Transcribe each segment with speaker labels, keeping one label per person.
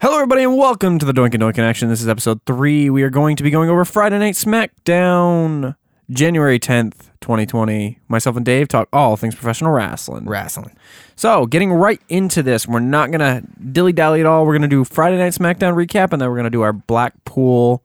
Speaker 1: Hello, everybody, and welcome to the Doink and Doink Connection. This is episode three. We are going to be going over Friday Night SmackDown, January 10th, 2020. Myself and Dave talk all things professional wrestling.
Speaker 2: wrestling.
Speaker 1: So, getting right into this, we're not going to dilly dally at all. We're going to do Friday Night SmackDown recap, and then we're going to do our Blackpool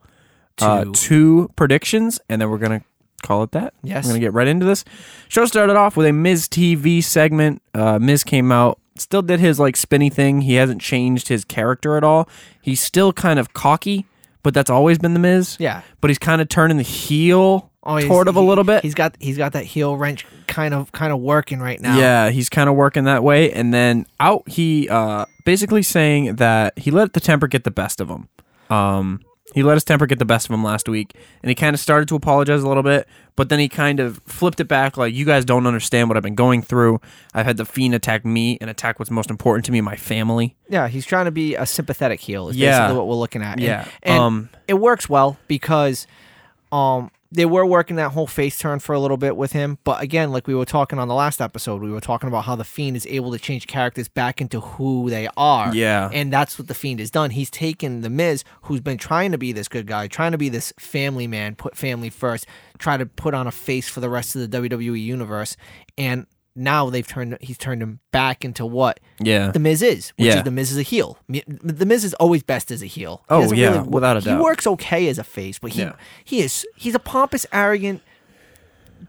Speaker 1: uh,
Speaker 2: Two.
Speaker 1: two predictions, and then we're going to call it that.
Speaker 2: Yes.
Speaker 1: We're going to get right into this. Show started off with a Miz TV segment. Uh, Miz came out, still did his like spinny thing. He hasn't changed his character at all. He's still kind of cocky, but that's always been the Miz.
Speaker 2: Yeah. Oh,
Speaker 1: But he's kind of turning the heel
Speaker 2: he's-
Speaker 1: toward of a
Speaker 2: he-
Speaker 1: little bit.
Speaker 2: He's got he's got that heel wrench kind of kind of working right now.
Speaker 1: Yeah, he's kind of working that way. And then out, he uh, basically saying that he let the temper get the best of him. Um, he let his temper get the best of him last week, and he kind of started to apologize a little bit, but then he kind of flipped it back like, "You guys don't understand what I've been going through. I've had the fiend attack me and attack what's most important to me, my family."
Speaker 2: yeah. He's trying to be a sympathetic heel. Is
Speaker 1: Yeah.
Speaker 2: basically what we're looking at. And-
Speaker 1: Yeah.
Speaker 2: and
Speaker 1: Um,
Speaker 2: it works well because um they were working that whole face turn for a little bit with him, but again, like we were talking on the last episode, we were talking about how the fiend is able to change characters back into who they are.
Speaker 1: Yeah.
Speaker 2: and that's what the fiend has done. He's taken the Miz, who's been trying to be this good guy, trying to be this family man, put family first, try to put on a face for the rest of the WWE universe, and now they've turned he's turned him back into what
Speaker 1: Yeah,
Speaker 2: the Miz is, which
Speaker 1: Yeah.
Speaker 2: is the Miz is a heel. Mi- The Miz is always best as a heel. He
Speaker 1: Oh,
Speaker 2: doesn't
Speaker 1: yeah,
Speaker 2: wo-
Speaker 1: without a doubt.
Speaker 2: He works okay as a face, but he
Speaker 1: Yeah.
Speaker 2: he is he's a pompous, arrogant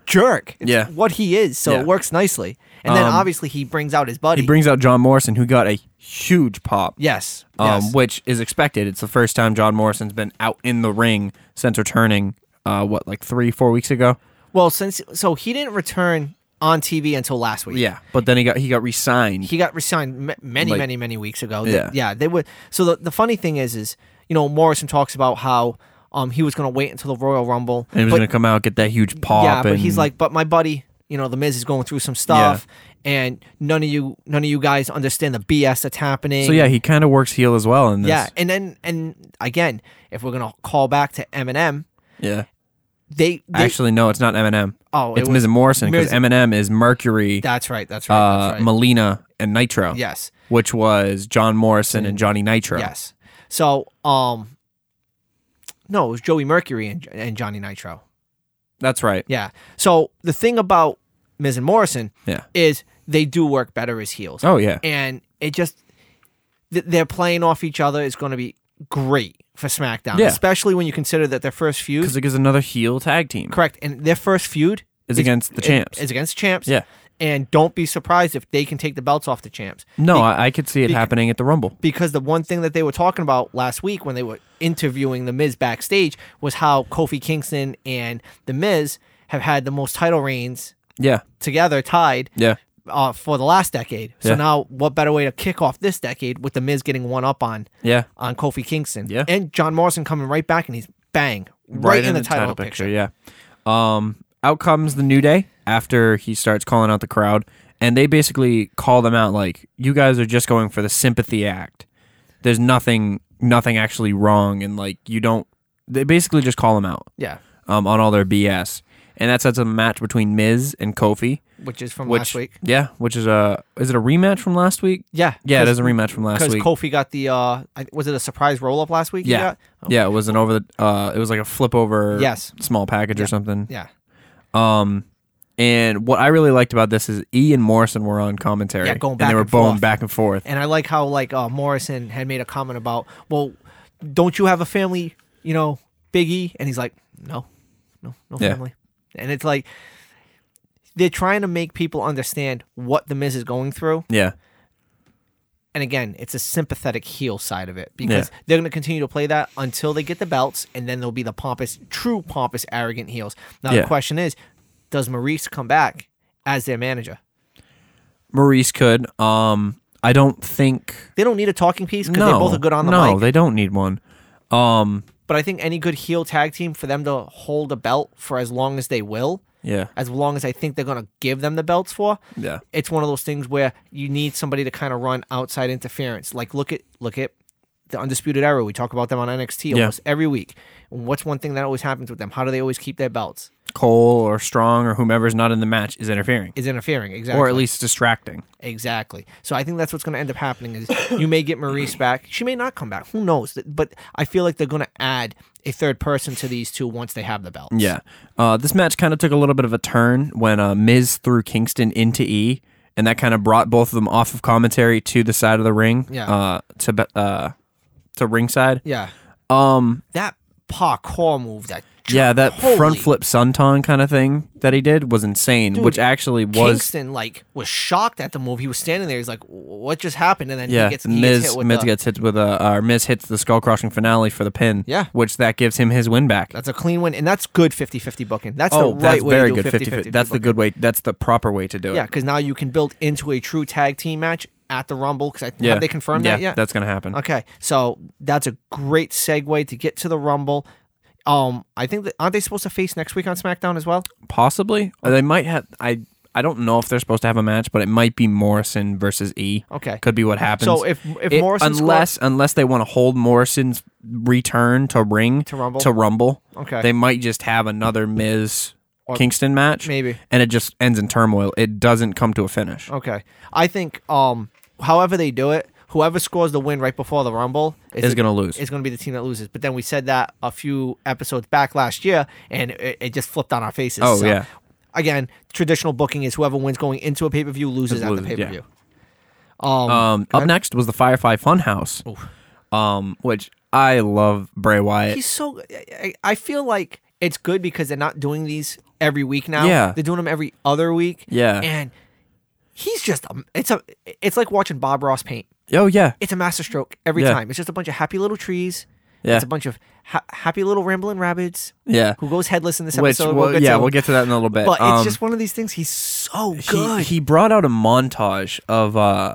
Speaker 2: jerk. It's
Speaker 1: Yeah.
Speaker 2: what he is. So
Speaker 1: Yeah. Um,
Speaker 2: it works nicely. And then obviously he brings out his buddy.
Speaker 1: he brings out John Morrison, who got a huge pop.
Speaker 2: yes,
Speaker 1: um,
Speaker 2: yes.
Speaker 1: which is expected. It's the first time John Morrison's been out in the ring since returning. Uh, what like three, four weeks ago?
Speaker 2: Well, since so he didn't return on TV until last week.
Speaker 1: Yeah, but then he got he got re-signed.
Speaker 2: he got resigned m- many,
Speaker 1: Like-
Speaker 2: many, many weeks ago.
Speaker 1: Yeah.
Speaker 2: Yeah, yeah. They would. So the, the funny thing is, is you know Morrison talks about how um he was going to wait until the Royal Rumble.
Speaker 1: and he was
Speaker 2: but-
Speaker 1: gonna come out get that huge pop.
Speaker 2: Yeah, but he's
Speaker 1: and-
Speaker 2: like, but my buddy, you know, the Miz is going through some stuff, and none of you, none of you guys understand the BS that's happening.
Speaker 1: so yeah, he kind of works heel as well in this.
Speaker 2: yeah, and then and again, if we're gonna call back to Eminem,
Speaker 1: yeah.
Speaker 2: they, they
Speaker 1: Actually, no, it's not Eminem.
Speaker 2: Oh, it
Speaker 1: it's
Speaker 2: was-
Speaker 1: Miz and Morrison because
Speaker 2: Miz-
Speaker 1: Eminem is Mercury,
Speaker 2: that's right, that's right,
Speaker 1: uh,
Speaker 2: that's right.
Speaker 1: Melina, and Nitro.
Speaker 2: yes,
Speaker 1: which was John Morrison and Johnny Nitro.
Speaker 2: Mm. yes. So um, no, it was Joey Mercury and, and Johnny Nitro.
Speaker 1: that's right.
Speaker 2: Yeah. So the thing about Miz and Morrison
Speaker 1: Yeah.
Speaker 2: is they do work better as heels.
Speaker 1: Oh yeah.
Speaker 2: and it just th- they're playing off each other is going to be great for SmackDown,
Speaker 1: Yeah.
Speaker 2: especially when you consider that their first feud,
Speaker 1: Because it gives another heel tag team
Speaker 2: correct, and their first feud
Speaker 1: is against the champs.
Speaker 2: is against the champs.
Speaker 1: Yeah.
Speaker 2: and don't be surprised if they can take the belts off the champs
Speaker 1: no, I, I could see it happening at the Rumble.
Speaker 2: because the one thing that they were talking about last week when they were interviewing the Miz backstage was how Kofi Kingston and the Miz have had the most title reigns
Speaker 1: Yeah.
Speaker 2: together tied
Speaker 1: Yeah.
Speaker 2: uh, for the last decade. So
Speaker 1: Yeah.
Speaker 2: now, what better way to kick off this decade with the Miz getting one up on
Speaker 1: Yeah.
Speaker 2: on Kofi Kingston.
Speaker 1: Yeah.
Speaker 2: And John Morrison coming right back and he's bang. Right, in, the, title, picture.
Speaker 1: Yeah. Um, out comes the New Day after he starts calling out the crowd, and they basically call them out like, "You guys are just going for the sympathy act. There's nothing, nothing actually wrong, and like you don't." They basically just call them out
Speaker 2: Yeah.
Speaker 1: um, on all their BS, and that sets up a match between Miz and Kofi.
Speaker 2: Which is from
Speaker 1: Which,
Speaker 2: last week.
Speaker 1: yeah, which is a is it a rematch from last week?
Speaker 2: Yeah.
Speaker 1: yeah, it is a rematch from last
Speaker 2: Because
Speaker 1: week.
Speaker 2: Kofi got the, uh, I- was it a surprise roll up last week? he
Speaker 1: yeah,
Speaker 2: got? Oh,
Speaker 1: yeah, it was an over the uh, it was like a flip over
Speaker 2: Yes.
Speaker 1: small package or something.
Speaker 2: yeah.
Speaker 1: Um, and what I really liked about this is E and Morrison were on commentary.
Speaker 2: Yeah, going
Speaker 1: and
Speaker 2: back
Speaker 1: they were
Speaker 2: and
Speaker 1: going
Speaker 2: forth.
Speaker 1: back and forth.
Speaker 2: And I like how, like, uh, Morrison had made a comment about, well, don't you have a family, you know, Biggie? And he's like, no, no, no
Speaker 1: Yeah.
Speaker 2: family. And it's like, they're trying to make people understand what The Miz is going through.
Speaker 1: yeah,
Speaker 2: and again, it's a sympathetic heel side of it because they're going to continue to play that until they get the belts, and then they'll be the pompous, true pompous, arrogant heels. Now
Speaker 1: Yeah.
Speaker 2: the question is, does Maurice come back as their manager?
Speaker 1: Maurice could. Um, I don't think.
Speaker 2: They don't need a talking piece because
Speaker 1: No,
Speaker 2: they both are good on the
Speaker 1: no,
Speaker 2: mic.
Speaker 1: they don't need one. Um,
Speaker 2: but I think any good heel tag team for them to hold a belt for as long as they will,
Speaker 1: yeah,
Speaker 2: as long as I think they're going to give them the belts for,
Speaker 1: yeah,
Speaker 2: it's one of those things where you need somebody to kind of run outside interference. Like look at look at the undisputed era. We talk about them on NXT
Speaker 1: Yeah.
Speaker 2: almost every week. What's one thing that always happens with them? How do they always keep their belts?
Speaker 1: Cole or Strong or whomever's not in the match is interfering
Speaker 2: is interfering. Exactly.
Speaker 1: or at least distracting.
Speaker 2: Exactly. So I think that's what's going to end up happening is you may get Maurice back. She may not come back. Who knows? Th- But I feel like they're going to add a third person to these two once they have the belts.
Speaker 1: Yeah. Uh, this match kind of took a little bit of a turn when uh, Miz threw Kingston into E, and that kind of brought both of them off of commentary to the side of the ring.
Speaker 2: Yeah.
Speaker 1: Uh, to be- uh, to ringside.
Speaker 2: Yeah.
Speaker 1: Um.
Speaker 2: That parkour move that
Speaker 1: Yeah. That
Speaker 2: Holy-
Speaker 1: front flip senton kind of thing that he did was insane, which actually was.
Speaker 2: Kingston like was shocked at the move. He was standing there. He's like, "What just happened?" And then
Speaker 1: Yeah,
Speaker 2: he gets, he gets
Speaker 1: Miz,
Speaker 2: hit with
Speaker 1: Miz
Speaker 2: the-
Speaker 1: gets hit with a, or Miz hits the skull crushing finale for the pin.
Speaker 2: Yeah.
Speaker 1: which that gives him his win back.
Speaker 2: That's a clean win, and that's good 50-50 booking. That's
Speaker 1: oh,
Speaker 2: the right
Speaker 1: that's
Speaker 2: way
Speaker 1: very
Speaker 2: to do
Speaker 1: good. 50,
Speaker 2: 50-50
Speaker 1: That's the
Speaker 2: booking.
Speaker 1: good way. That's the proper way to do it.
Speaker 2: Yeah, because now you can build into a true tag team match at the Rumble. Because
Speaker 1: Yeah.
Speaker 2: have they confirmed
Speaker 1: yeah,
Speaker 2: that yet?
Speaker 1: That's gonna happen.
Speaker 2: Okay, so that's a great segue to get to the Rumble. Um, I think that aren't they supposed to face next week on SmackDown as well?
Speaker 1: Possibly. Uh, They might have. I I don't know if they're supposed to have a match, but it might be Morrison versus E.
Speaker 2: Okay.
Speaker 1: Could be what happens.
Speaker 2: So if- if
Speaker 1: It-
Speaker 2: Morrison score-
Speaker 1: unless unless they want to hold Morrison's return to ring to
Speaker 2: Rumble?
Speaker 1: to Rumble,
Speaker 2: Okay.
Speaker 1: they might just have another Miz Kingston match,
Speaker 2: maybe. Oh.
Speaker 1: and it just ends in turmoil. It doesn't come to a finish.
Speaker 2: Okay, I think um, however they do it, whoever scores the win right before the Rumble
Speaker 1: Is gonna lose.
Speaker 2: Is going to be the team that loses. But then we said that a few episodes back last year, and it, it just flipped on our faces.
Speaker 1: Oh,
Speaker 2: So,
Speaker 1: yeah.
Speaker 2: Again, traditional booking is whoever wins going into a pay per view loses at the
Speaker 1: loses, yeah.
Speaker 2: pay per view. Um,
Speaker 1: Um, up next was the Firefly Funhouse, um, which I love Bray Wyatt.
Speaker 2: he's so. I, I feel like it's good because they're not doing these every week now.
Speaker 1: Yeah.
Speaker 2: they're doing them every other week.
Speaker 1: Yeah.
Speaker 2: and he's just a, it's a it's like watching Bob Ross paint.
Speaker 1: oh yeah,
Speaker 2: It's a masterstroke every
Speaker 1: Yeah.
Speaker 2: time. It's just a bunch of happy little trees.
Speaker 1: Yeah.
Speaker 2: it's a bunch of ha- happy little rambling rabbits.
Speaker 1: yeah.
Speaker 2: who goes headless in this
Speaker 1: Which
Speaker 2: episode?
Speaker 1: we'll-
Speaker 2: get
Speaker 1: yeah,
Speaker 2: to.
Speaker 1: we'll get to that in a little bit.
Speaker 2: But
Speaker 1: Um,
Speaker 2: it's just one of these things. He's so
Speaker 1: he-
Speaker 2: good.
Speaker 1: He, brought out a montage of uh,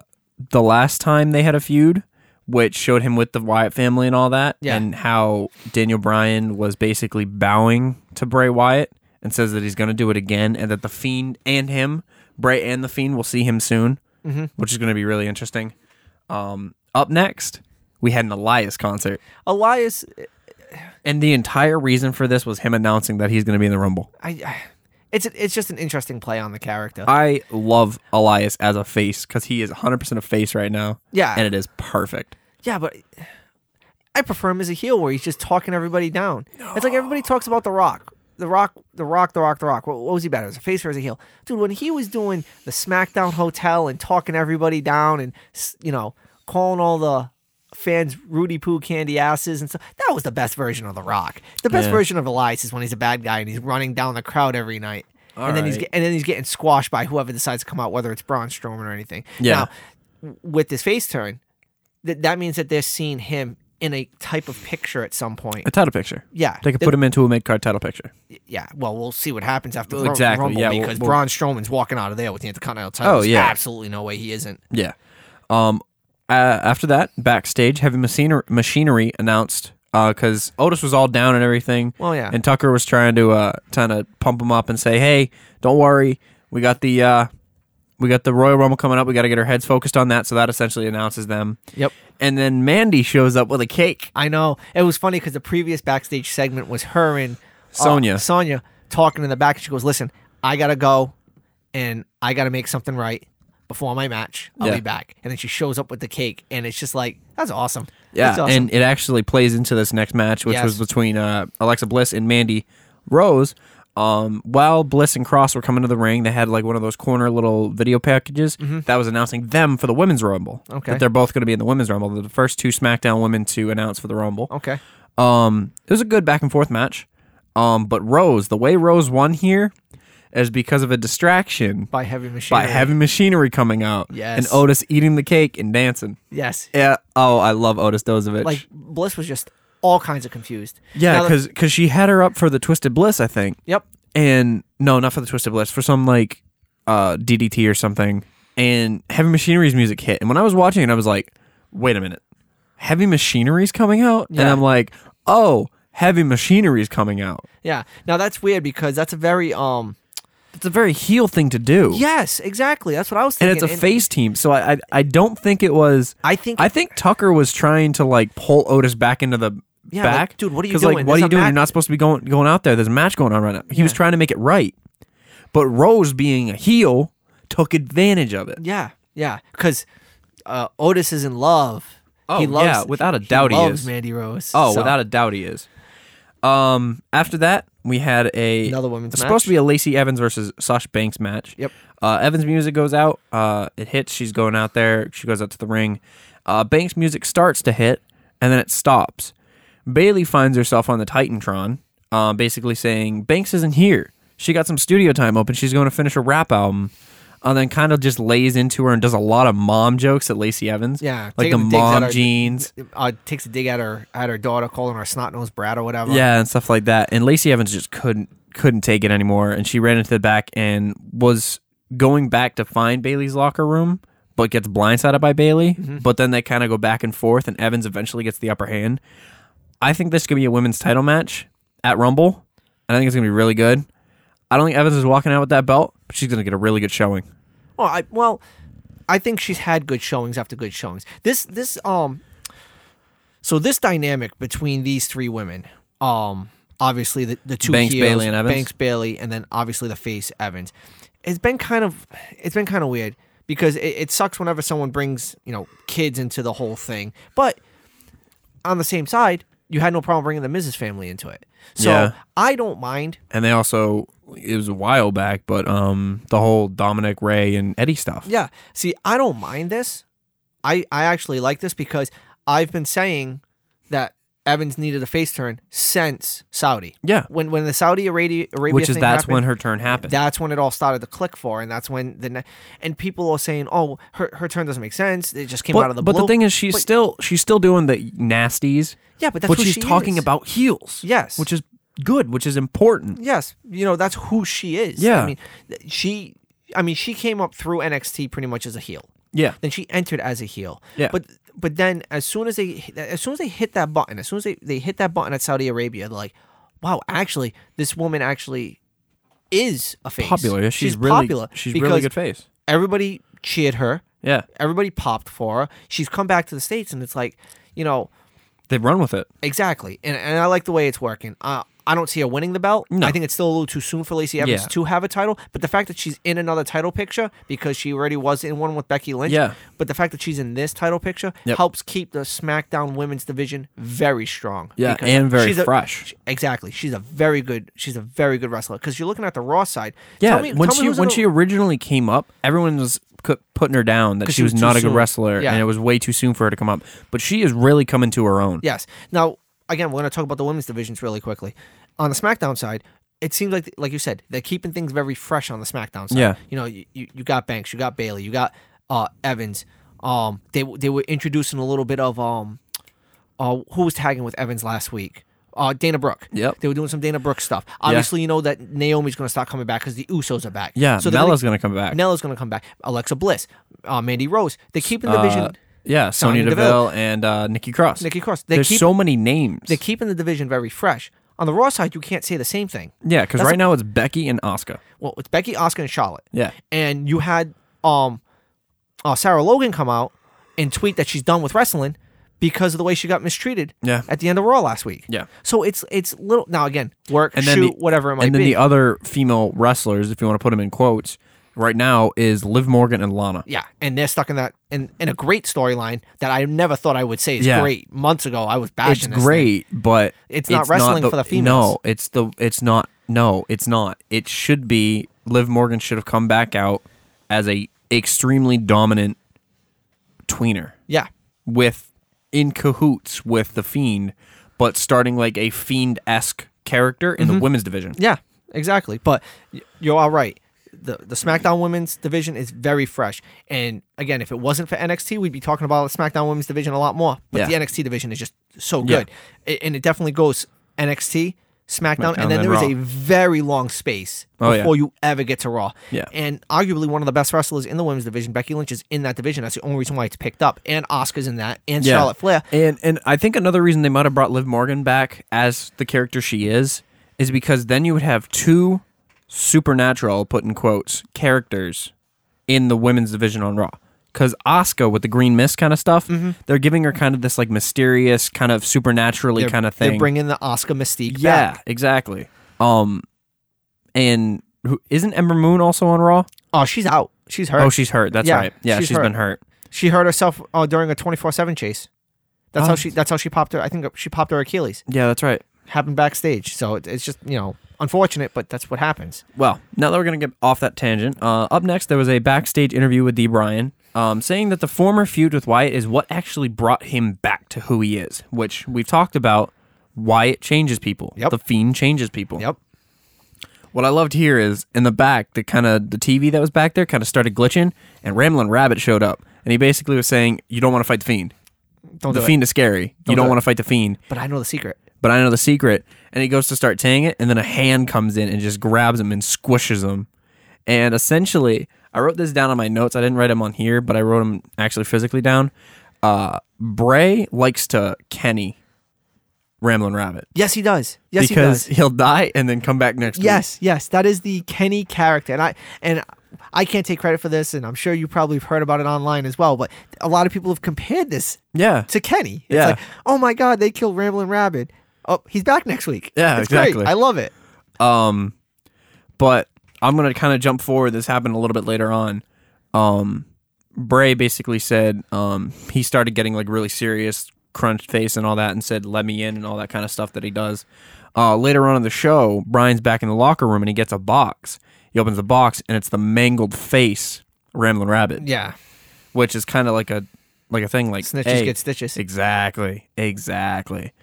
Speaker 1: the last time they had a feud, which showed him with the Wyatt family and all that,
Speaker 2: Yeah.
Speaker 1: and how Daniel Bryan was basically bowing to Bray Wyatt and says that he's going to do it again, and that the Fiend and him, Bray and the Fiend, will see him soon,
Speaker 2: Mm-hmm.
Speaker 1: which is going to be really interesting. Um, up next, we had an Elias concert,
Speaker 2: Elias,
Speaker 1: and the entire reason for this was him announcing that he's going to be in the Rumble.
Speaker 2: I, I it's it's just an interesting play on the character.
Speaker 1: I love Elias as a face because he is 100% a face right now.
Speaker 2: Yeah.
Speaker 1: And it is perfect.
Speaker 2: yeah, but I prefer him as a heel where he's just talking everybody down. It's like everybody talks about The Rock. The Rock, The Rock, The Rock, The Rock. What, what was he better as a face or as a heel? Dude, when he was doing the SmackDown Hotel and talking everybody down and, s- you know, calling all the fans Rudy Poo candy asses and stuff, that was the best version of The Rock. The best
Speaker 1: Yeah.
Speaker 2: version of Elias is when he's a bad guy and he's running down the crowd every night.
Speaker 1: All
Speaker 2: and then he's
Speaker 1: right.
Speaker 2: get- and then he's getting squashed by whoever decides to come out, whether it's Braun Strowman or anything.
Speaker 1: Yeah.
Speaker 2: Now, w- with this face turn, that that means that they're seeing him in a type of picture at some point.
Speaker 1: A title picture.
Speaker 2: Yeah,
Speaker 1: They could put him into a mid card title picture.
Speaker 2: yeah. Well, we'll see what happens after
Speaker 1: Well,
Speaker 2: the Ru-
Speaker 1: exactly,
Speaker 2: Rumble
Speaker 1: yeah,
Speaker 2: because
Speaker 1: well-
Speaker 2: Braun Strowman's walking out of there with the Intercontinental title.
Speaker 1: Oh,
Speaker 2: There's
Speaker 1: yeah.
Speaker 2: absolutely no way he isn't.
Speaker 1: Yeah. Um, uh, after that, backstage, Heavy Machinery, machinery announced because Otis was all down and everything.
Speaker 2: Well, yeah.
Speaker 1: And Tucker was trying to uh, trying to pump him up and say, "Hey, don't worry, we got the uh, we got the Royal Rumble coming up. We got to get our heads focused on that." So that essentially announces them.
Speaker 2: Yep.
Speaker 1: And then Mandy shows up with a cake.
Speaker 2: I know it was funny because the previous backstage segment was her and uh,
Speaker 1: Sonya.
Speaker 2: Sonya talking in the back. She goes, "Listen, I gotta go, and I gotta make something right." Before my match, I'll
Speaker 1: Yeah.
Speaker 2: be back. And then she shows up with the cake, and it's just like that's awesome.
Speaker 1: Yeah,
Speaker 2: That's awesome.
Speaker 1: and it actually plays into this next match, which
Speaker 2: Yes.
Speaker 1: was between uh, Alexa Bliss and Mandy Rose. Um, while Bliss and Cross were coming to the ring, they had like one of those corner little video packages that was announcing them for the Women's Rumble.
Speaker 2: Mm-hmm. Okay.
Speaker 1: that they're both going to be in the Women's Rumble. They're the first two SmackDown women to announce for the Rumble.
Speaker 2: okay,
Speaker 1: Um, it was a good back and forth match. Um, but Rose, the way Rose won here is because of a distraction
Speaker 2: by heavy machine.
Speaker 1: by heavy machinery coming out
Speaker 2: Yes.
Speaker 1: and Otis eating the cake and dancing.
Speaker 2: yes,
Speaker 1: Yeah. Oh, I love Otis Dozovich.
Speaker 2: like Bliss was just all kinds of confused.
Speaker 1: Yeah,
Speaker 2: Now that-
Speaker 1: because she had her up for the Twisted Bliss, I think.
Speaker 2: yep,
Speaker 1: And no, not for the Twisted Bliss, for some like uh, DDT or something. And Heavy Machinery's music hit. And when I was watching it, I was like, wait a minute. Heavy Machinery's coming out? And
Speaker 2: Yeah.
Speaker 1: I'm like, oh, Heavy Machinery's coming out.
Speaker 2: yeah. Now that's weird because that's a very um.
Speaker 1: It's a very heel thing to do.
Speaker 2: Yes, exactly. That's what I was
Speaker 1: And
Speaker 2: thinking.
Speaker 1: it's a face team. So I, I I don't think it was
Speaker 2: I think
Speaker 1: I think Tucker was trying to like pull Otis back into the
Speaker 2: Yeah, like,
Speaker 1: back.
Speaker 2: dude, what are you
Speaker 1: 'Cause,
Speaker 2: doing?
Speaker 1: Like, what
Speaker 2: There's
Speaker 1: are
Speaker 2: a
Speaker 1: you doing?
Speaker 2: match-
Speaker 1: You're not supposed to be going going out there. There's a match going on right now. He was
Speaker 2: Yeah.
Speaker 1: trying to make it right, but Rose, being a heel, took advantage of it.
Speaker 2: Yeah, yeah, because uh, Otis is in love.
Speaker 1: Oh,
Speaker 2: he loves,
Speaker 1: yeah, without a doubt he
Speaker 2: loves
Speaker 1: is.
Speaker 2: Mandy Rose.
Speaker 1: Oh,
Speaker 2: so-
Speaker 1: without a doubt, he is. Um, after that, we had a
Speaker 2: Another women's
Speaker 1: It's
Speaker 2: match.
Speaker 1: supposed to be a Lacey Evans versus Sasha Banks match.
Speaker 2: Yep.
Speaker 1: Uh, Evans' music goes out. Uh, it hits. She's going out there. She goes out to the ring. Uh, Banks' music starts to hit, and then it stops. Bailey finds herself on the Titantron, uh, basically saying Banks isn't here. She got some studio time open. She's going to finish a rap album. And then kind of just lays into her and does a lot of mom jokes at Lacey Evans.
Speaker 2: Yeah,
Speaker 1: Like the
Speaker 2: taking digs at
Speaker 1: mom
Speaker 2: her-
Speaker 1: jeans.
Speaker 2: Uh, takes a dig at her at her daughter, calling her a snot nosed brat or whatever.
Speaker 1: Yeah, and stuff like that. And Lacey Evans just couldn't couldn't take it anymore, and she ran into the back and was going back to find Bailey's locker room, but gets blindsided by Bailey. But then they kind of go back and forth, and Evans eventually gets the upper hand. I think this could be a women's title match at Rumble, and I think it's gonna be really good. I don't think Evans is walking out with that belt, but she's gonna get a really good showing.
Speaker 2: Well, Oh, I well, I think she's had good showings after good showings. This this um, so this dynamic between these three women, um, obviously the the two
Speaker 1: Banks,
Speaker 2: heels,
Speaker 1: Bailey, and Evans?
Speaker 2: Banks Bailey, and then obviously the face Evans, it's been kind of it's been kind of weird because it, it sucks whenever someone brings you know kids into the whole thing, but on the same side. You had no problem bringing the Mrs. family into it, so
Speaker 1: Yeah.
Speaker 2: I don't mind.
Speaker 1: And they also it was a while back, but um the whole Dominic Ray and Eddie stuff.
Speaker 2: Yeah. See, I don't mind this. I I actually like this because I've been saying that Evans needed a face turn since Saudi.
Speaker 1: Yeah.
Speaker 2: When when the Saudi Arabia, Arabia
Speaker 1: Which is
Speaker 2: thing
Speaker 1: that's
Speaker 2: happened,
Speaker 1: when her turn happened.
Speaker 2: that's when it all started to click for, and that's when the ne- and people are saying, "Oh, her, her turn doesn't make sense. It just came
Speaker 1: but,
Speaker 2: out of the
Speaker 1: but
Speaker 2: blue."
Speaker 1: the thing is, she's
Speaker 2: But-
Speaker 1: still she's still doing the nasties.
Speaker 2: yeah, but that's
Speaker 1: but
Speaker 2: who
Speaker 1: she's
Speaker 2: she
Speaker 1: talking
Speaker 2: is.
Speaker 1: about heels.
Speaker 2: Yes.
Speaker 1: which is good, which is important.
Speaker 2: yes, you know that's who she is.
Speaker 1: Yeah.
Speaker 2: I mean, th- she, I mean, she came up through NXT pretty much as a heel.
Speaker 1: Yeah,
Speaker 2: then she entered as a heel.
Speaker 1: Yeah.
Speaker 2: But but then as soon as they as soon as they hit that button, as soon as they, they hit that button at Saudi Arabia, they're like, wow, actually, this woman actually is a face.
Speaker 1: popular. Yeah, She's, really
Speaker 2: popular.
Speaker 1: She's
Speaker 2: because
Speaker 1: really good face.
Speaker 2: Everybody cheered her.
Speaker 1: Yeah,
Speaker 2: Everybody popped for her. She's come back to the states, and it's like, you know,
Speaker 1: they've run with it.
Speaker 2: exactly. And and I like the way it's working. Uh, I don't see her winning the belt.
Speaker 1: No.
Speaker 2: I think it's still a little too soon for Lacey Evans
Speaker 1: Yeah.
Speaker 2: to have a title. But the fact that she's in another title picture because she already was in one with Becky Lynch.
Speaker 1: Yeah.
Speaker 2: But the fact that she's in this title picture
Speaker 1: Yep.
Speaker 2: helps keep the SmackDown women's division very strong.
Speaker 1: Yeah,
Speaker 2: because
Speaker 1: and very
Speaker 2: she's a-
Speaker 1: fresh.
Speaker 2: she- exactly. She's a very good. She's a very good wrestler. Because you're looking at the Raw side.
Speaker 1: Yeah,
Speaker 2: Tell me,
Speaker 1: when
Speaker 2: tell me
Speaker 1: she
Speaker 2: who's
Speaker 1: when
Speaker 2: in the-
Speaker 1: she originally came up, everyone was cu- putting her down that
Speaker 2: 'Cause
Speaker 1: she was,
Speaker 2: too
Speaker 1: not a good
Speaker 2: soon.
Speaker 1: wrestler,
Speaker 2: Yeah.
Speaker 1: and it was way too soon for her to come up. But she is really coming to her own.
Speaker 2: Yes. Now, again, we're going to talk about the women's divisions really quickly. On the SmackDown side, it seems like, like you said, they're keeping things very fresh on the SmackDown side.
Speaker 1: Yeah.
Speaker 2: You know, you, you, you got Banks, you got Bailey, you got uh, Evans. Um, they w- they were introducing a little bit of um, uh, who was tagging with Evans last week. Uh, Dana Brooke.
Speaker 1: Yep.
Speaker 2: They were doing some Dana Brooke stuff. Obviously, you know that Naomi's going to start coming back because the Usos are back.
Speaker 1: yeah.
Speaker 2: So they're
Speaker 1: Mella's gonna come back.
Speaker 2: gonna, Nella's going to come back. Alexa Bliss, uh, Mandy Rose. They're keeping the division.
Speaker 1: Uh, yeah, Sonya
Speaker 2: Sonya
Speaker 1: Deville,
Speaker 2: Deville.
Speaker 1: and uh, Nikki Cross.
Speaker 2: Nikki Cross. They
Speaker 1: There's
Speaker 2: keep-
Speaker 1: so many names.
Speaker 2: they're keeping the division very fresh. On the Raw side, you can't say the same thing.
Speaker 1: yeah, because
Speaker 2: That's-
Speaker 1: right now it's Becky and Oscar.
Speaker 2: Well, it's Becky, Oscar, and Charlotte.
Speaker 1: Yeah.
Speaker 2: And you had um, uh, Sarah Logan come out and tweet that she's done with wrestling because of the way she got mistreated.
Speaker 1: Yeah.
Speaker 2: At the end of Raw last week.
Speaker 1: Yeah.
Speaker 2: So it's it's little now again work shoot whatever it might
Speaker 1: and then
Speaker 2: be.
Speaker 1: the other female wrestlers, if you want to put them in quotes, right now is Liv Morgan and Lana.
Speaker 2: yeah, and they're stuck in that in, in a great storyline that I never thought I would say is
Speaker 1: Yeah.
Speaker 2: great. Months ago, I was
Speaker 1: It's
Speaker 2: bashing. this thing.
Speaker 1: great, but
Speaker 2: It's not wrestling for the females.
Speaker 1: No, it's the it's not. No, it's not. It should be Liv Morgan should have come back out as a extremely dominant tweener
Speaker 2: Yeah,
Speaker 1: with in cahoots with the fiend, but starting like a fiend esque character in
Speaker 2: Mm-hmm.
Speaker 1: the women's division.
Speaker 2: Yeah, exactly. But y- you're all right. The the SmackDown women's division is very fresh. And again, if it wasn't for NXT, we'd be talking about the SmackDown women's division a lot more. But
Speaker 1: Yeah.
Speaker 2: the NXT division is just so
Speaker 1: Yeah.
Speaker 2: good. A- and it definitely goes NXT,
Speaker 1: SmackDown,
Speaker 2: SmackDown, and then
Speaker 1: then
Speaker 2: there is
Speaker 1: Raw.
Speaker 2: a very long space
Speaker 1: Oh, yeah.
Speaker 2: before you ever get to Raw.
Speaker 1: Yeah.
Speaker 2: And arguably one of the best wrestlers in the women's division, Becky Lynch, is in that division. That's the only reason why it's picked up. And Oscar's in that, and
Speaker 1: Yeah.
Speaker 2: Charlotte Flair.
Speaker 1: And and I think another reason they might have brought Liv Morgan back as the character she is is because then you would have two supernatural, I'll put in quotes, characters in the women's division on Raw. because Asuka with the green mist kind of stuff,
Speaker 2: Mm-hmm.
Speaker 1: they're giving her kind of this like mysterious kind of supernaturally
Speaker 2: They're-
Speaker 1: kind of thing.
Speaker 2: They're bringing the Oscar mystique
Speaker 1: yeah,
Speaker 2: back.
Speaker 1: exactly. Um, and who isn't Ember Moon also on Raw?
Speaker 2: Oh, she's out. She's hurt.
Speaker 1: Oh, she's hurt. That's
Speaker 2: Yeah,
Speaker 1: right. Yeah,
Speaker 2: she's
Speaker 1: she's been hurt.
Speaker 2: she hurt herself uh, during a 24/7 chase. That's
Speaker 1: Oh.
Speaker 2: how she. That's how she popped her. I think uh, she popped her Achilles.
Speaker 1: Yeah, that's right.
Speaker 2: Happened backstage. So it, it's just you know unfortunate, but that's what happens.
Speaker 1: Well, now that we're going to get off that tangent, uh, up next, there was a backstage interview with D. Bryan um, saying that the former feud with Wyatt is what actually brought him back to who he is, which we've talked about. Wyatt changes people.
Speaker 2: Yep.
Speaker 1: The Fiend changes people.
Speaker 2: Yep.
Speaker 1: What I loved here is in the back, the kind of the TV that was back there kind of started glitching, and Ramblin' Rabbit showed up, and he basically was saying, "You don't want to fight the Fiend.
Speaker 2: Don't
Speaker 1: the
Speaker 2: do it.
Speaker 1: Fiend is scary. you don't
Speaker 2: do it.
Speaker 1: want to fight the Fiend."
Speaker 2: But I know the secret.
Speaker 1: But I know the secret, and he goes to start saying it, and then a hand comes in and just grabs him and squishes him. And essentially, I wrote this down on my notes. I didn't write them on here, but I wrote them actually physically down. Uh, Bray likes to Kenny Ramblin' Rabbit
Speaker 2: Yes, he does. Yes, he does.
Speaker 1: because he will die and then come back next week.
Speaker 2: Yes, yes, that is the Kenny character, and I and I can't take credit for this, and I'm sure you probably have heard about it online as well. But a lot of people have compared this
Speaker 1: Yeah.
Speaker 2: to Kenny. It's
Speaker 1: Yeah.
Speaker 2: like, oh my God, they killed Ramblin' Rabbit. Oh, he's back next week.
Speaker 1: Yeah,
Speaker 2: It's great.
Speaker 1: exactly.
Speaker 2: I love it.
Speaker 1: Um, but I'm gonna kind of jump forward. This happened a little bit later on. Um, Bray basically said um, he started getting like really serious, crunched face and all that, and said "let me in" and all that kind of stuff that he does. Uh, later on in the show, Brian's back in the locker room and he gets a box. He opens the box and it's the mangled face Ramblin' Rabbit,
Speaker 2: Yeah,
Speaker 1: which is kind of like a like a thing like
Speaker 2: snitches
Speaker 1: hey,
Speaker 2: get stitches.
Speaker 1: Exactly, exactly.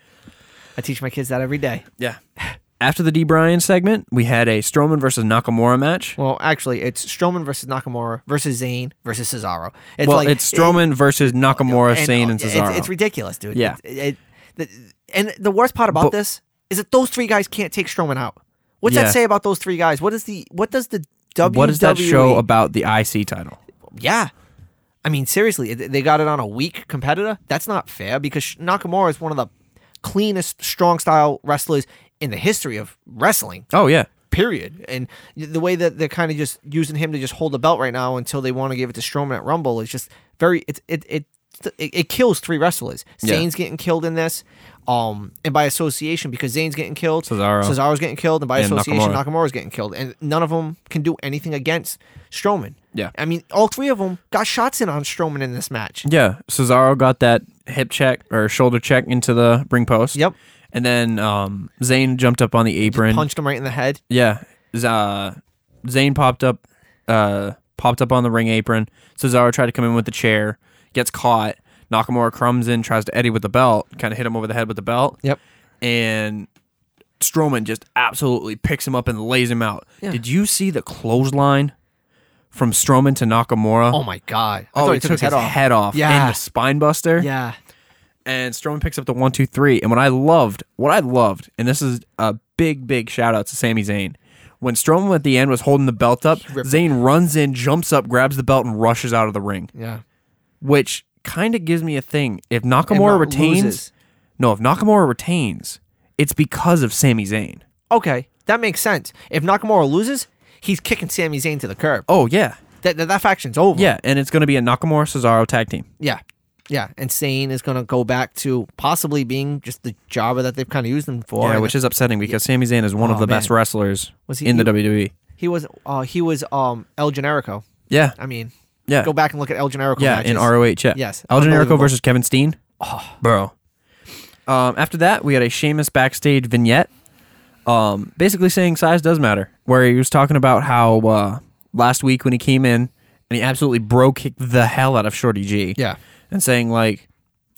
Speaker 2: I teach my kids that every day.
Speaker 1: Yeah. After the D Bryan segment, we had a Strowman versus Nakamura match.
Speaker 2: Well, actually, it's Strowman versus Nakamura versus Zayn versus Cesaro. It's
Speaker 1: well,
Speaker 2: like
Speaker 1: it's Strowman versus Nakamura,
Speaker 2: and,
Speaker 1: Sane,
Speaker 2: uh,
Speaker 1: and
Speaker 2: it's-
Speaker 1: Cesaro.
Speaker 2: It's, ridiculous, dude.
Speaker 1: Yeah.
Speaker 2: It- it- the- and the worst part about
Speaker 1: But-
Speaker 2: this is that those three guys can't take Strowman out. What's
Speaker 1: Yeah.
Speaker 2: that say about those three guys? What is the what does the WWE
Speaker 1: what is that
Speaker 2: E.
Speaker 1: show about the IC title?
Speaker 2: Yeah. I mean, seriously, th- they got it on a weak competitor. That's not fair because Sh- Nakamura is one of the cleanest strong style wrestlers in the history of wrestling.
Speaker 1: Oh yeah,
Speaker 2: Period. And the way that they're kind of just using him to just hold the belt right now until they want to give it to Strowman at Rumble is just very it it it it, it kills three wrestlers.
Speaker 1: Yeah.
Speaker 2: Zayn's getting killed in this, um, and by association because Zayn's getting killed,
Speaker 1: Cesaro.
Speaker 2: Cesaro's getting killed, and by
Speaker 1: And
Speaker 2: association
Speaker 1: Nakamura.
Speaker 2: Nakamura's getting killed, and none of them can do anything against Strowman.
Speaker 1: Yeah.
Speaker 2: I mean, all three of them got shots in on Strowman in this match.
Speaker 1: yeah. Cesaro got that hip check or shoulder check into the ring post.
Speaker 2: Yep.
Speaker 1: And then um, Zayn jumped up on the apron.
Speaker 2: Punched him right in the head.
Speaker 1: Yeah. Z- Uh, Zayn popped up, uh, popped up on the ring apron. Cesaro tried to come in with the chair, gets caught. Nakamura crumbs in, tries to Eddie with the belt, kind of hit him over the head with the belt.
Speaker 2: Yep.
Speaker 1: And Strowman just absolutely picks him up and lays him out.
Speaker 2: Yeah.
Speaker 1: Did you see the clothesline from Strowman to Nakamura?
Speaker 2: Oh my god! I
Speaker 1: Oh,
Speaker 2: thought
Speaker 1: he took his head off.
Speaker 2: Yeah.
Speaker 1: And the spine buster.
Speaker 2: Yeah.
Speaker 1: And Strowman picks up the one, two, three. And what I loved, what I loved, and this is a big, big shout out to Sami Zayn. When Strowman at the end was holding the belt up, Zayn runs in, jumps up, grabs the belt, and rushes out of the ring,
Speaker 2: Yeah.
Speaker 1: which kind of gives me a thing. If Nakamura
Speaker 2: not-
Speaker 1: retains,
Speaker 2: loses.
Speaker 1: no, if Nakamura retains, it's because of Sami Zayn.
Speaker 2: Okay, that makes sense. If Nakamura loses, he's kicking Sami Zayn to the curb.
Speaker 1: Oh yeah,
Speaker 2: That that, that faction's over.
Speaker 1: yeah, and it's going to be a Nakamura Cesaro tag team.
Speaker 2: yeah, yeah. And Zayn is gonna go back to possibly being just the jobber that they've kind of used him for.
Speaker 1: yeah,
Speaker 2: And
Speaker 1: which is upsetting because Sami Zayn is one of
Speaker 2: Oh,
Speaker 1: the best
Speaker 2: man.
Speaker 1: wrestlers
Speaker 2: Was he-
Speaker 1: in the E.
Speaker 2: he-
Speaker 1: WWE.
Speaker 2: he was uh, he was um El Generico.
Speaker 1: Yeah,
Speaker 2: I mean,
Speaker 1: yeah,
Speaker 2: go back and look at El Generico.
Speaker 1: yeah,
Speaker 2: matches.
Speaker 1: in ROH. Yeah,
Speaker 2: Yes,
Speaker 1: El Generico
Speaker 2: unbelievable.
Speaker 1: versus Kevin Steen. Oh, bro. Um, after that, we had a Sheamus backstage vignette, um, basically saying size does matter. Where he was talking about how uh, last week when he came in and he absolutely bro kicked the hell out of Shorty G.
Speaker 2: Yeah.
Speaker 1: and saying like,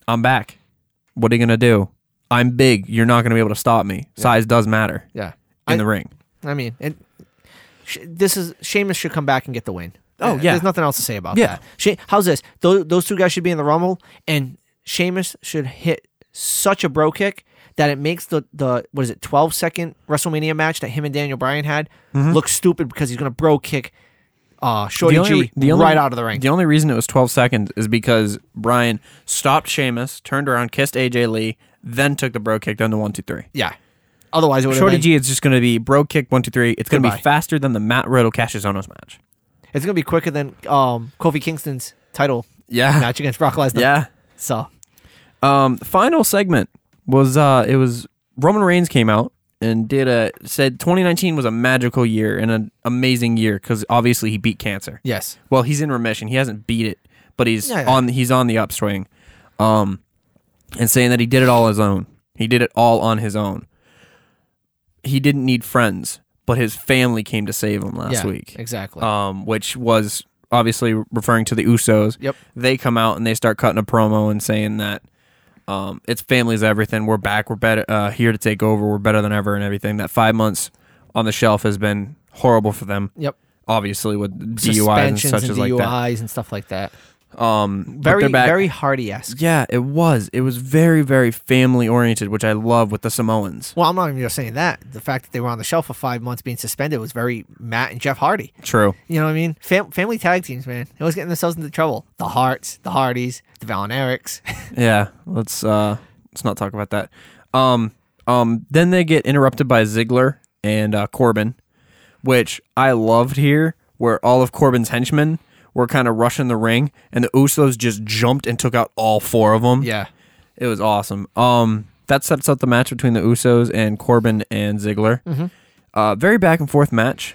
Speaker 1: "I'm back. What are you gonna do? I'm big. You're not gonna be able to stop me. Size does matter
Speaker 2: Yeah,
Speaker 1: in
Speaker 2: I,
Speaker 1: the ring."
Speaker 2: I mean, it, sh- this is Sheamus should come back and get the win.
Speaker 1: Oh,
Speaker 2: Uh,
Speaker 1: yeah.
Speaker 2: there's nothing else to say about
Speaker 1: Yeah.
Speaker 2: that. She, how's this? Those, those two guys should be in the rumble, and Sheamus should hit such a bro kick that it makes the the what is it 12 second WrestleMania match that him and Daniel Bryan had
Speaker 1: Mm-hmm.
Speaker 2: look stupid because he's gonna bro kick uh Shorty G right out of the ring.
Speaker 1: The only reason it was 12 seconds is because Brian stopped Sheamus, turned around, kissed AJ Lee, then took the bro kick down to one, two, three.
Speaker 2: yeah. Otherwise, it would have
Speaker 1: Shorty
Speaker 2: been,
Speaker 1: G is just going to be bro kick one, two, three. It's going to be
Speaker 2: Goodbye.
Speaker 1: faster than the Matt Riddle Cassius Onos match.
Speaker 2: it's gonna be quicker than um Kofi Kingston's title
Speaker 1: Yeah.
Speaker 2: match against Brock Lesnar.
Speaker 1: Yeah.
Speaker 2: So
Speaker 1: Um, final segment was uh, it was Roman Reigns came out and did a said 2019 was a magical year and an amazing year because obviously he beat cancer.
Speaker 2: yes,
Speaker 1: Well, he's in remission. He hasn't beat it, but he's
Speaker 2: Yeah, yeah.
Speaker 1: on he's on the upswing. Um, and saying that he did it all his own. He did it all on his own. He didn't need friends, but his family came to save him last
Speaker 2: yeah,
Speaker 1: week
Speaker 2: exactly.
Speaker 1: um, which was obviously referring to the Usos.
Speaker 2: Yep.
Speaker 1: They come out and they start cutting a promo and saying that um, it's family's everything. We're back. We're better uh, here to take over. We're better than ever and everything. That five months on the shelf has been horrible for them.
Speaker 2: yep,
Speaker 1: Obviously, with DUIs and
Speaker 2: suspensions
Speaker 1: such as like that.
Speaker 2: DUIs and stuff like that.
Speaker 1: Um, but
Speaker 2: Very
Speaker 1: they're back.
Speaker 2: very Hardy esque.
Speaker 1: Yeah, it was. It was very, very family oriented, which I love with the Samoans.
Speaker 2: Well, I'm not even just saying that. The fact that they were on the shelf for five months being suspended was very Matt and Jeff Hardy.
Speaker 1: True.
Speaker 2: You know what I mean? Fam- family tag teams, man. They always getting themselves into trouble. The Hearts, the Hardys, the Valinerics.
Speaker 1: Yeah, let's uh let's not talk about that. Um um then they get interrupted by Ziggler and uh, Corbin, which I loved here where all of Corbin's henchmen were kind of rushing the ring and the Usos just jumped and took out all four of them.
Speaker 2: yeah.
Speaker 1: It was awesome. Um that sets up the match between the Usos and Corbin and Ziggler. Uh very back and forth match.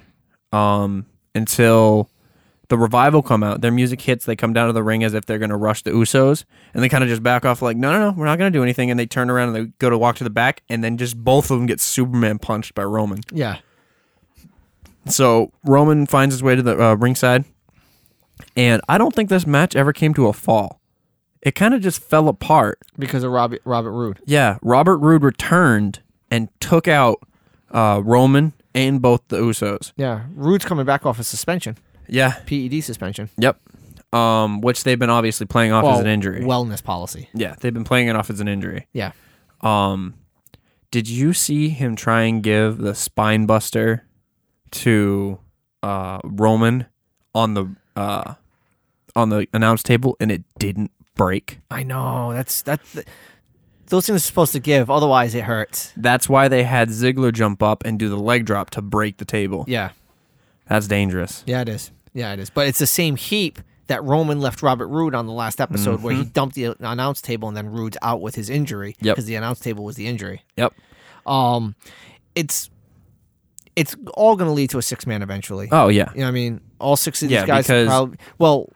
Speaker 1: Um until the revival come out. Their music hits. They come down to the ring as if they're going to rush the Usos, and they kind of just back off, like, no, no, no, we're not going to do anything. And they turn around and they go to walk to the back, and then just both of them get Superman punched by Roman.
Speaker 2: Yeah.
Speaker 1: So Roman finds his way to the uh, ringside, and I don't think this match ever came to a fall. It kind of just fell apart.
Speaker 2: Because of Robert Robert Roode.
Speaker 1: Yeah, Robert Roode returned and took out uh, Roman and both the Usos.
Speaker 2: Yeah. Roode's coming back off a suspension.
Speaker 1: Yeah.
Speaker 2: PED suspension.
Speaker 1: Yep. Um, which they've been obviously playing off as
Speaker 2: Well,
Speaker 1: an injury.
Speaker 2: Wellness policy.
Speaker 1: Yeah, they've been playing it off as an injury.
Speaker 2: Yeah.
Speaker 1: Um, did you see him try and give the spine buster to uh, Roman on the uh, on the announce table, and it didn't break?
Speaker 2: I know. That's that th- those things are supposed to give, otherwise it hurts.
Speaker 1: That's why they had Ziggler jump up and do the leg drop to break the table.
Speaker 2: Yeah.
Speaker 1: That's dangerous.
Speaker 2: Yeah, it is. Yeah, it is. But it's the same heap that Roman left Robert Roode on the last episode where he dumped the announce table and then Roode's out with his injury
Speaker 1: Mm-hmm. Yep.
Speaker 2: because the announce table was the injury.
Speaker 1: Yep.
Speaker 2: Um, it's it's all going to lead to a six man eventually.
Speaker 1: Oh yeah.
Speaker 2: you know, what I mean, all six of these
Speaker 1: Yeah,
Speaker 2: guys
Speaker 1: because-
Speaker 2: probably. Well,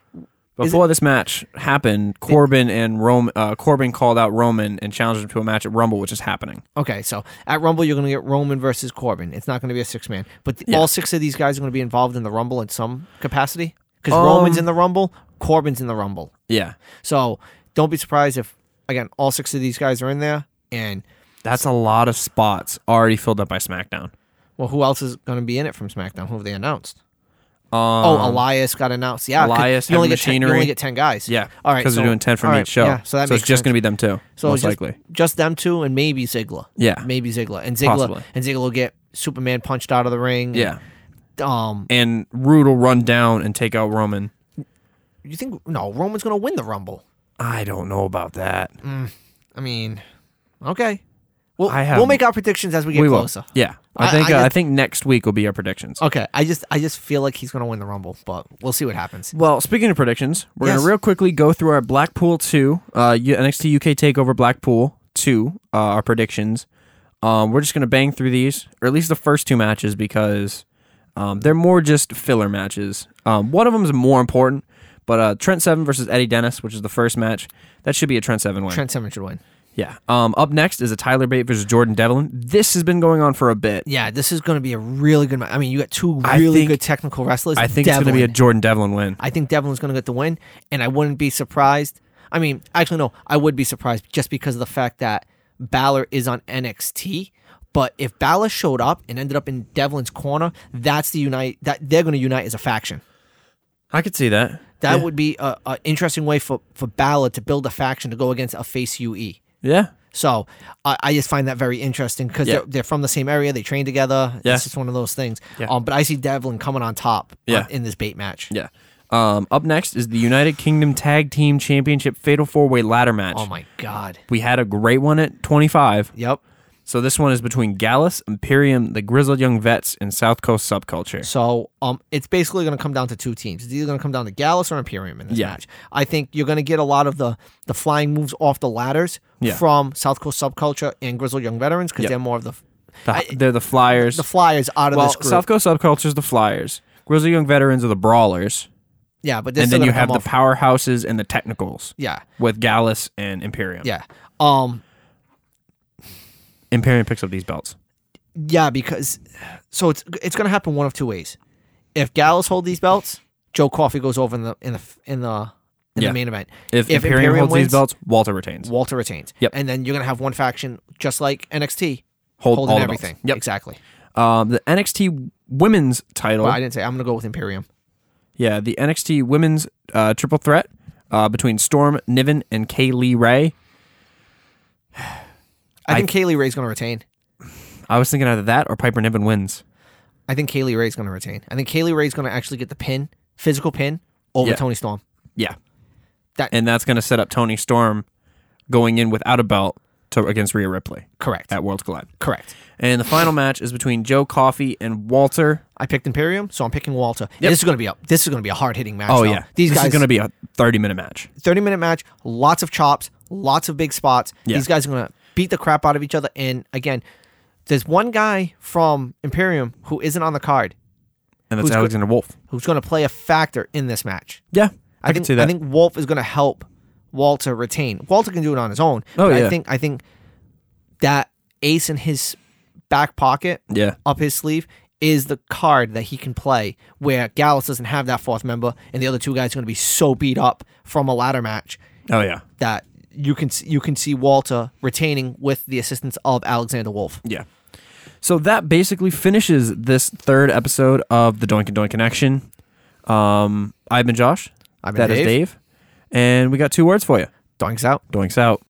Speaker 1: Before this match happened, Corbin and Rome, uh, Corbin called out Roman and challenged him to a match at Rumble, which is happening.
Speaker 2: okay, so at Rumble you're going to get Roman versus Corbin. It's not going to be a six man, but the,
Speaker 1: Yeah.
Speaker 2: all six of these guys are going to be involved in the Rumble in some capacity because Roman's
Speaker 1: Um,
Speaker 2: in the Rumble, Corbin's in the Rumble.
Speaker 1: Yeah,
Speaker 2: So don't be surprised if again all six of these guys are in there. And
Speaker 1: that's a lot of spots already filled up by SmackDown.
Speaker 2: well, who else is going to be in it from SmackDown? Who have they announced?
Speaker 1: Um,
Speaker 2: oh, Elias got announced. Yeah, 'cause
Speaker 1: Elias,
Speaker 2: You only
Speaker 1: Heavy
Speaker 2: get ten, you only
Speaker 1: Machinery.
Speaker 2: get ten guys.
Speaker 1: Yeah.
Speaker 2: All right.
Speaker 1: Because they're
Speaker 2: so-
Speaker 1: doing 10 from
Speaker 2: all right,
Speaker 1: each show.
Speaker 2: Yeah. So that
Speaker 1: so
Speaker 2: makes
Speaker 1: it's just
Speaker 2: sense.
Speaker 1: going to be them two.
Speaker 2: So
Speaker 1: most
Speaker 2: just,
Speaker 1: likely.
Speaker 2: just them two and maybe Ziggler.
Speaker 1: Yeah.
Speaker 2: Maybe Ziggler and Ziggler
Speaker 1: Possibly.
Speaker 2: and Ziggler will get Superman punched out of the ring.
Speaker 1: Yeah.
Speaker 2: Um,
Speaker 1: And Rude will run down and take out Roman.
Speaker 2: you think no Roman's gonna win the Rumble?
Speaker 1: I don't know about that.
Speaker 2: I mean, okay. We'll
Speaker 1: I have-
Speaker 2: we'll make our predictions as we get
Speaker 1: we will.
Speaker 2: closer.
Speaker 1: Yeah. I,
Speaker 2: I-
Speaker 1: think
Speaker 2: I
Speaker 1: uh, I
Speaker 2: just-
Speaker 1: think next week will be our predictions.
Speaker 2: Okay. I just I just feel like he's gonna win the Rumble, but we'll see what happens.
Speaker 1: Well, speaking of predictions, we're going
Speaker 2: Yes.
Speaker 1: to real quickly go through our Blackpool 2, uh, U- NXT UK TakeOver Blackpool 2, uh, our predictions. Um, we're just going to bang through these, or at least the first two matches, because um, they're more just filler matches. Um, one of them is more important, but uh, Trent Seven versus Eddie Dennis, which is the first match, that should be a Trent Seven win.
Speaker 2: Trent Seven should win.
Speaker 1: Yeah. Um, up next is a Tyler Bate versus Jordan Devlin. This has been going on for a bit.
Speaker 2: Yeah, this is going to be a really good match. I mean, you got two
Speaker 1: I
Speaker 2: really
Speaker 1: think-
Speaker 2: good technical wrestlers.
Speaker 1: I think it's going to be a
Speaker 2: Devlin.
Speaker 1: Jordan Devlin win.
Speaker 2: I think Devlin's going to get the win, and I wouldn't be surprised. I mean, actually, no, I would be surprised just because of the fact that Balor is on NXT. But if Balor showed up and ended up in Devlin's corner, that's the unite that they're going to unite as a faction.
Speaker 1: I could see that.
Speaker 2: That would be a, a interesting way for for Balor to build a faction to go against a face E. UE.
Speaker 1: Yeah.
Speaker 2: So I, I just find that very interesting because
Speaker 1: Yeah.
Speaker 2: they're, they're from the same area. They train together.
Speaker 1: Yeah.
Speaker 2: It's just one of those things.
Speaker 1: Yeah.
Speaker 2: Um, but I see Devlin coming on top uh,
Speaker 1: Yeah.
Speaker 2: in this bait match.
Speaker 1: Yeah. Um, up next is the United Kingdom Tag Team Championship Fatal Four Way Ladder Match.
Speaker 2: Oh my God.
Speaker 1: we had a great one at 25.
Speaker 2: Yep.
Speaker 1: So this one is between Gallus, Imperium, the Grizzled Young Vets, and South Coast Subculture.
Speaker 2: So um, it's basically going to come down to two teams. It's either going to come down to Gallus or Imperium in this
Speaker 1: Yeah.
Speaker 2: match. I think you're going to get a lot of the the flying moves off the ladders
Speaker 1: Yeah.
Speaker 2: from South Coast Subculture and Grizzled Young Veterans because
Speaker 1: Yeah.
Speaker 2: they're more of the
Speaker 1: The-
Speaker 2: I-
Speaker 1: they're the Flyers.
Speaker 2: the flyers out of
Speaker 1: well,
Speaker 2: this group.
Speaker 1: South Coast Subculture is the Flyers. Grizzled Young Veterans are the Brawlers,
Speaker 2: yeah, but this
Speaker 1: and
Speaker 2: still
Speaker 1: then you
Speaker 2: gonna
Speaker 1: have
Speaker 2: come
Speaker 1: the
Speaker 2: off-
Speaker 1: powerhouses and the technicals
Speaker 2: yeah
Speaker 1: with Gallus and Imperium.
Speaker 2: yeah um
Speaker 1: Imperium picks up these belts.
Speaker 2: yeah because so it's it's going to happen one of two ways. If Gallus hold these belts, Joe Coffey goes over in the in the in the in
Speaker 1: Yeah.
Speaker 2: the main event.
Speaker 1: If, Imperium, holds
Speaker 2: wins,
Speaker 1: these belts, Walter retains.
Speaker 2: Walter retains.
Speaker 1: Yep.
Speaker 2: And then you're gonna have one faction just like NXT
Speaker 1: Hold
Speaker 2: holding
Speaker 1: all the belts.
Speaker 2: everything.
Speaker 1: Yep.
Speaker 2: Exactly.
Speaker 1: Um, the NXT Women's title.
Speaker 2: Well, I didn't say I'm gonna go with Imperium.
Speaker 1: Yeah, the NXT Women's uh, Triple Threat uh, between Storm Niven and Kaylee Ray.
Speaker 2: I, think Kaylee Ray's gonna retain.
Speaker 1: I was thinking either that or Piper Niven wins.
Speaker 2: I think Kaylee Ray's gonna retain. I think Kaylee Ray's gonna actually get the pin, physical pin, over
Speaker 1: Yeah.
Speaker 2: Tony Storm.
Speaker 1: Yeah,
Speaker 2: That-
Speaker 1: and that's going to set up Tony Storm going in without a belt to against Rhea Ripley
Speaker 2: Correct.
Speaker 1: at Worlds Collide.
Speaker 2: Correct.
Speaker 1: And the final match is between Joe Coffey and Walter.
Speaker 2: I picked Imperium, so I'm picking Walter. And This is gonna be a this is gonna be a hard hitting match.
Speaker 1: Oh
Speaker 2: though.
Speaker 1: yeah,
Speaker 2: These
Speaker 1: this
Speaker 2: guys
Speaker 1: is going to be a thirty-minute match.
Speaker 2: 30 minute match, lots of chops, lots of big spots.
Speaker 1: Yeah.
Speaker 2: These guys are going to beat the crap out of each other. And again, there's one guy from Imperium who isn't on the card
Speaker 1: And that's
Speaker 2: Who's go-
Speaker 1: Alexander Wolf.
Speaker 2: who's going to play a factor in this match.
Speaker 1: Yeah, I,
Speaker 2: think,
Speaker 1: can see that.
Speaker 2: I think Wolf is going to help Walter retain. Walter can do it on his own.
Speaker 1: Oh,
Speaker 2: but I
Speaker 1: yeah.
Speaker 2: think I think that ace in his back pocket,
Speaker 1: yeah,
Speaker 2: up his sleeve, is the card that he can play where Gallus doesn't have that fourth member and the other two guys are going to be so beat up from a ladder match
Speaker 1: oh yeah,
Speaker 2: that you can you can see Walter retaining with the assistance of Alexander Wolf.
Speaker 1: yeah. So that basically finishes this third episode of the Doink and Doink Connection. Um, I've been Josh.
Speaker 2: I've been
Speaker 1: That is
Speaker 2: Dave.
Speaker 1: Dave. And we got two words for you.
Speaker 2: Doinks out.
Speaker 1: Doinks out.